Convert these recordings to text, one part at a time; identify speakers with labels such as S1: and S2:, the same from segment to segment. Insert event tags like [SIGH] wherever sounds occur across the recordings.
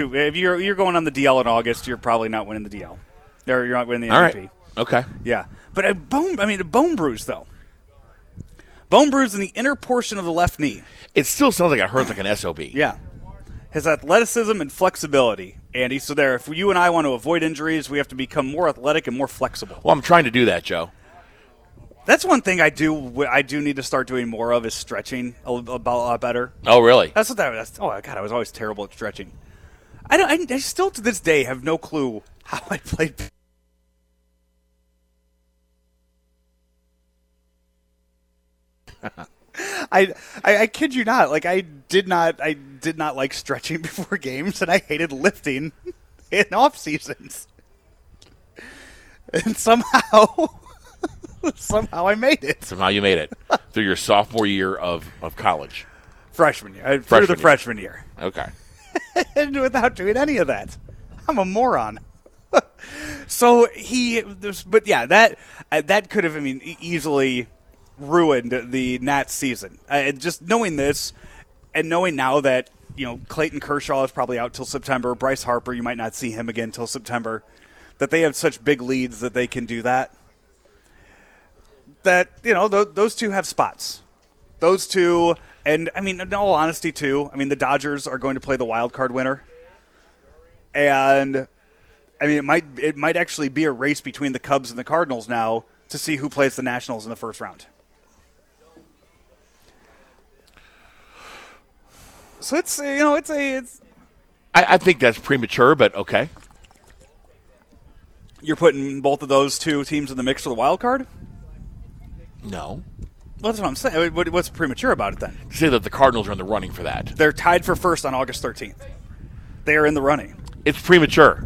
S1: If you're you're going on the DL in August, you're probably not winning the DL, or you're not winning the
S2: All
S1: MVP.
S2: right. Okay.
S1: Yeah, but a bone. I mean, a bone bruise though. Bone bruise in the inner portion of the left knee.
S2: It still sounds like it hurts like an SOB.
S1: Yeah. His athleticism and flexibility, Andy. So there, if you and I want to avoid injuries, we have to become more athletic and more flexible.
S2: Well, I'm trying to do that, Joe.
S1: That's one thing I do. I do need to start doing more of is stretching a, l- a b- a lot better.
S2: Oh, really?
S1: That's what that. That's, oh God, I was always terrible at stretching. I don't. I, I still to this day have no clue how I played. [LAUGHS] I, I I kid you not. Like I did not. I did not like stretching [LAUGHS] before games, and I hated lifting [LAUGHS] in off seasons. And somehow, [LAUGHS] somehow I made it.
S2: Somehow you made it through your sophomore year of, of college.
S1: Freshman year, uh, through
S2: Freshman
S1: the
S2: year.
S1: freshman year.
S2: Okay.
S1: and [LAUGHS] without doing any of that. I'm a moron. [LAUGHS] so he, this, but yeah, that uh, that could have, I mean, e- easily ruined the Nats season. Uh, and just knowing this, and knowing now that you know Clayton Kershaw is probably out till September, Bryce Harper, you might not see him again till September. That they have such big leads that they can do that. That you know, th- those two have spots those two, and I mean, in all honesty, too. I mean, the Dodgers are going to play the wild card winner, and I mean, it might it might actually be a race between the Cubs and the Cardinals now to see who plays the Nationals in the first round. So it's you know it's a it's
S2: I, I think that's premature, but okay.
S1: you're putting both of those two teams in the mix for the wild card.
S2: No.
S1: Well, that's what I'm saying. What- What's premature about it then?
S2: Say that the Cardinals are in the running for that.
S1: They're tied for first on August 13th. They are in the running.
S2: It's premature.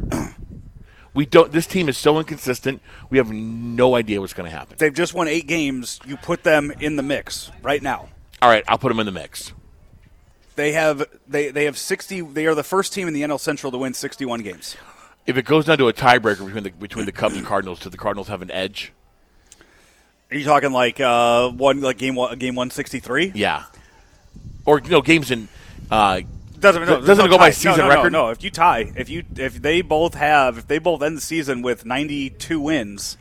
S2: We don't. This team is so inconsistent. We have no idea what's going to happen.
S1: They've just won eight games. You put them in the mix right now.
S2: All right, I'll put them in the mix.
S1: They have they, they have sixty. They are the first team in the NL Central to win sixty-one games.
S2: If it goes down to a tiebreaker between the between the Cubs and Cardinals, do the Cardinals have an edge?
S1: Are you talking like uh, one like game one game one sixty-three?
S2: Yeah. Or no games in. Uh,
S1: Doesn't no,
S2: Doesn't it go by
S1: tie.
S2: season
S1: no, no,
S2: record?
S1: No, no, if you tie, if you if they both have, if they both end the season with ninety-two wins,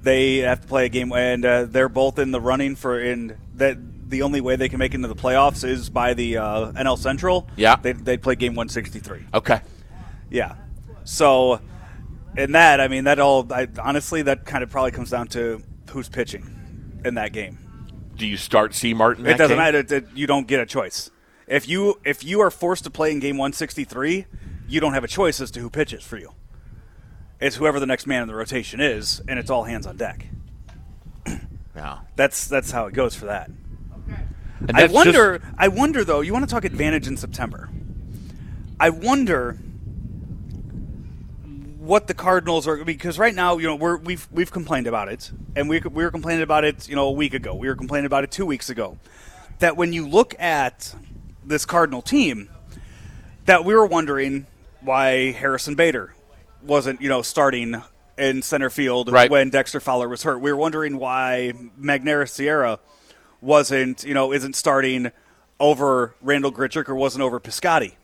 S1: they have to play a game, and uh, they're both in the running for in that. The only way they can make it into the playoffs is by the uh, NL Central.
S2: Yeah.
S1: they they play game one sixty-three.
S2: okay.
S1: Yeah. So, in that, I mean, that all, I, honestly, that kind of probably comes down to who's pitching in that game.
S2: Do you start C. Martin?
S1: it doesn't matter. That you don't get a choice. If you if you are forced to play in game 163, you don't have a choice as to who pitches for you. It's whoever the next man in the rotation is, and it's all hands on deck.
S2: No.
S1: That's that's how it goes for that.
S2: And
S1: I
S2: that's
S1: wonder.
S2: just-
S1: I wonder though. You want to talk advantage in September? I wonder what the Cardinals are because right now you know we're, we've we've complained about it and we we were complaining about it you know a week ago. We were complaining about it two weeks ago. That when you look at this Cardinal team, that we were wondering why Harrison Bader wasn't you know starting in center field
S2: Right.
S1: when Dexter Fowler was hurt. We were wondering why Magnera Sierra wasn't you know isn't starting over Randall Gritchick or wasn't over Piscotty.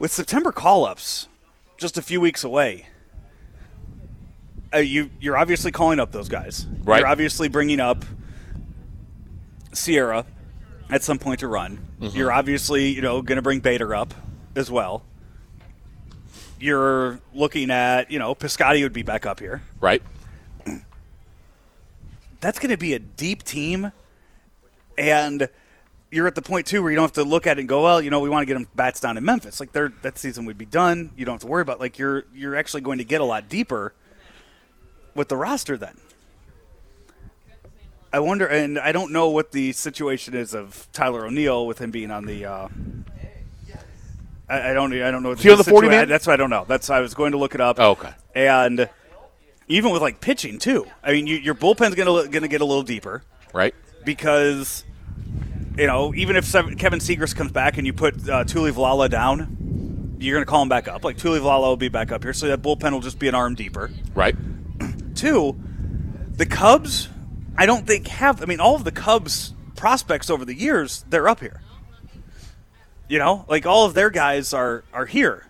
S1: With September call-ups just a few weeks away, uh, you you're obviously calling up those guys.
S2: Right.
S1: You're obviously bringing up Sierra at some point to run. You're obviously you know going to bring Bader up as well. You're looking at you know Piscotty would be back up here
S2: right.
S1: that's going to be a deep team, and you're at the point too where you don't have to look at it and go, well, you know, we want to get them bats down in Memphis. Like they're, that season would be done. You don't have to worry about like you're you're actually going to get a lot deeper with the roster then. I wonder, and I don't know what the situation is of Tyler O'Neill with him being on the. Uh, I, I don't. I don't know.
S2: he on the 40
S1: situa-
S2: man?
S1: That's what I don't know. That's I was going to look it up.
S2: Oh, okay.
S1: And even with like pitching too. I mean, you, your bullpen's gonna gonna get a little deeper
S2: Right.
S1: because you know even if seven, Kevin Seegers comes back and you put uh, Tuli Vlala down, you're gonna call him back up. Like Tuli Vlala will be back up here, so that bullpen will just be an arm deeper.
S2: Right.
S1: Two, the Cubs, I don't think have. I mean, all of the Cubs prospects over the years, they're up here. You know, like all of their guys are are here.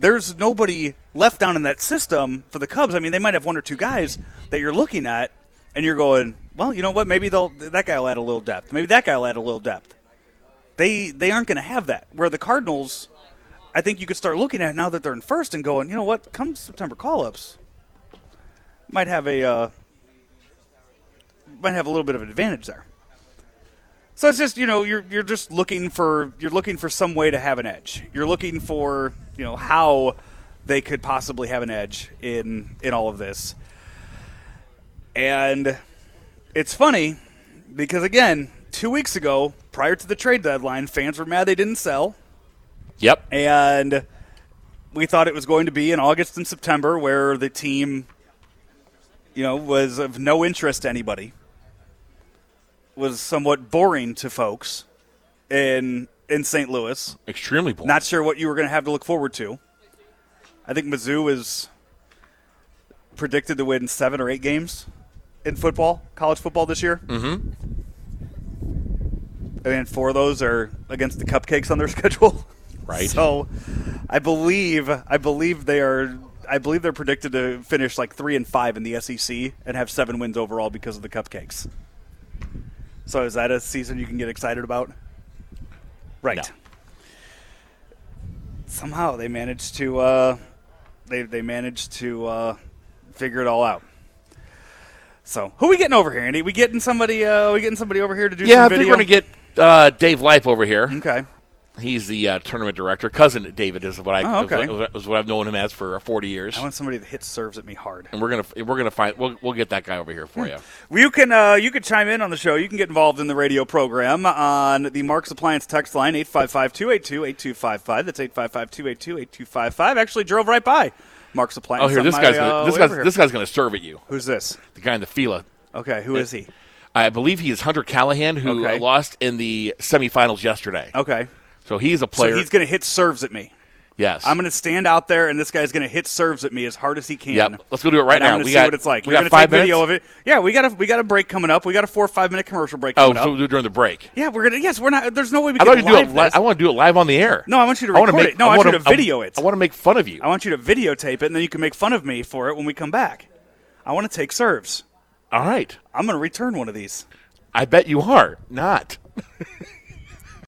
S1: There's nobody left down in that system for the Cubs. I mean, they might have one or two guys that you're looking at, and you're going, well, you know what? Maybe they'll that guy will add a little depth. Maybe that guy will add a little depth. They they aren't going to have that. Where the Cardinals, I think you could start looking at now that they're in first and going, you know what? Come September call ups, might have a uh, might have a little bit of an advantage there. So it's just you know you're you're just looking for you're looking for some way to have an edge. You're looking for you know how they could possibly have an edge in in all of this. And it's funny because again, 2 weeks ago prior to the trade deadline, fans were mad they didn't sell
S2: Yep.
S1: and we thought it was going to be in August and September where the team, you know, was of no interest to anybody, was somewhat boring to folks in in St. Louis.
S2: Extremely boring.
S1: Not sure what you were going to have to look forward to. I think Mizzou is predicted to win seven or eight games in football, college football this year. Mm-hmm. And four of those are against the Cupcakes on their [LAUGHS] schedule.
S2: Right.
S1: So, I believe I believe they are. I believe they're predicted to finish like three and five in the SEC and have seven wins overall because of the Cupcakes. So, is that a season you can get excited about? Right
S2: No.
S1: somehow they managed to uh, they they managed to uh, figure it all out. So who we getting over here, Andy? We getting somebody? Uh, we getting somebody over here to do?
S2: Yeah, I
S1: some
S2: think
S1: video?
S2: we're gonna get uh, Dave Life over here.
S1: Okay.
S2: He's the uh, tournament director. Cousin to David is what I
S1: Oh, okay.
S2: is what- is what I've known him as for 40 years.
S1: I want somebody that hits serves at me hard.
S2: And we're gonna we're gonna find we'll, we'll get that guy over here for
S1: Hmm.
S2: you.
S1: Well, you can uh, you can chime in on the show. You can get involved in the radio program on the Mark's Appliance text line 855-282-8255. That's 855-282-8255. Actually, drove right by Mark's Appliance.
S2: Oh, here
S1: on
S2: this
S1: my,
S2: guy's
S1: uh,
S2: gonna, this
S1: way
S2: guy's
S1: over here.
S2: this guy's gonna serve at you.
S1: Who's this?
S2: The guy in the fila.
S1: Okay, who is he?
S2: I believe he is Hunter Callahan, who
S1: Okay.
S2: uh, lost in the semifinals yesterday.
S1: Okay,
S2: So he's a
S1: so
S2: player.
S1: he's gonna hit serves at me.
S2: yes,
S1: I'm going to stand out there, and this guy's going to hit serves at me as hard as he can.
S2: Yep. Let's go do it right
S1: And
S2: now.
S1: I'm going
S2: We
S1: to see
S2: got-
S1: what it's like.
S2: we
S1: We're
S2: got
S1: gonna
S2: five
S1: take video of
S2: minutes?
S1: it. Yeah, we got a we got a break coming up. We got a four or five minute commercial break
S2: Oh,
S1: coming
S2: so
S1: up.
S2: we're during the break.
S1: Yeah, we're gonna. Yes, we're not. There's no way we
S2: I
S1: can
S2: thought you do
S1: live
S2: it. Li-
S1: this.
S2: I want to do it live on the air.
S1: No, I want you to
S2: I wanna
S1: record
S2: make,
S1: it. No, I want
S2: wanna-
S1: you to video it.
S2: I want to make fun of you.
S1: I want you to videotape it, and then you can make fun of me for it when we come back. I want to take serves.
S2: All right.
S1: I'm going to return one of these.
S2: I bet you are not.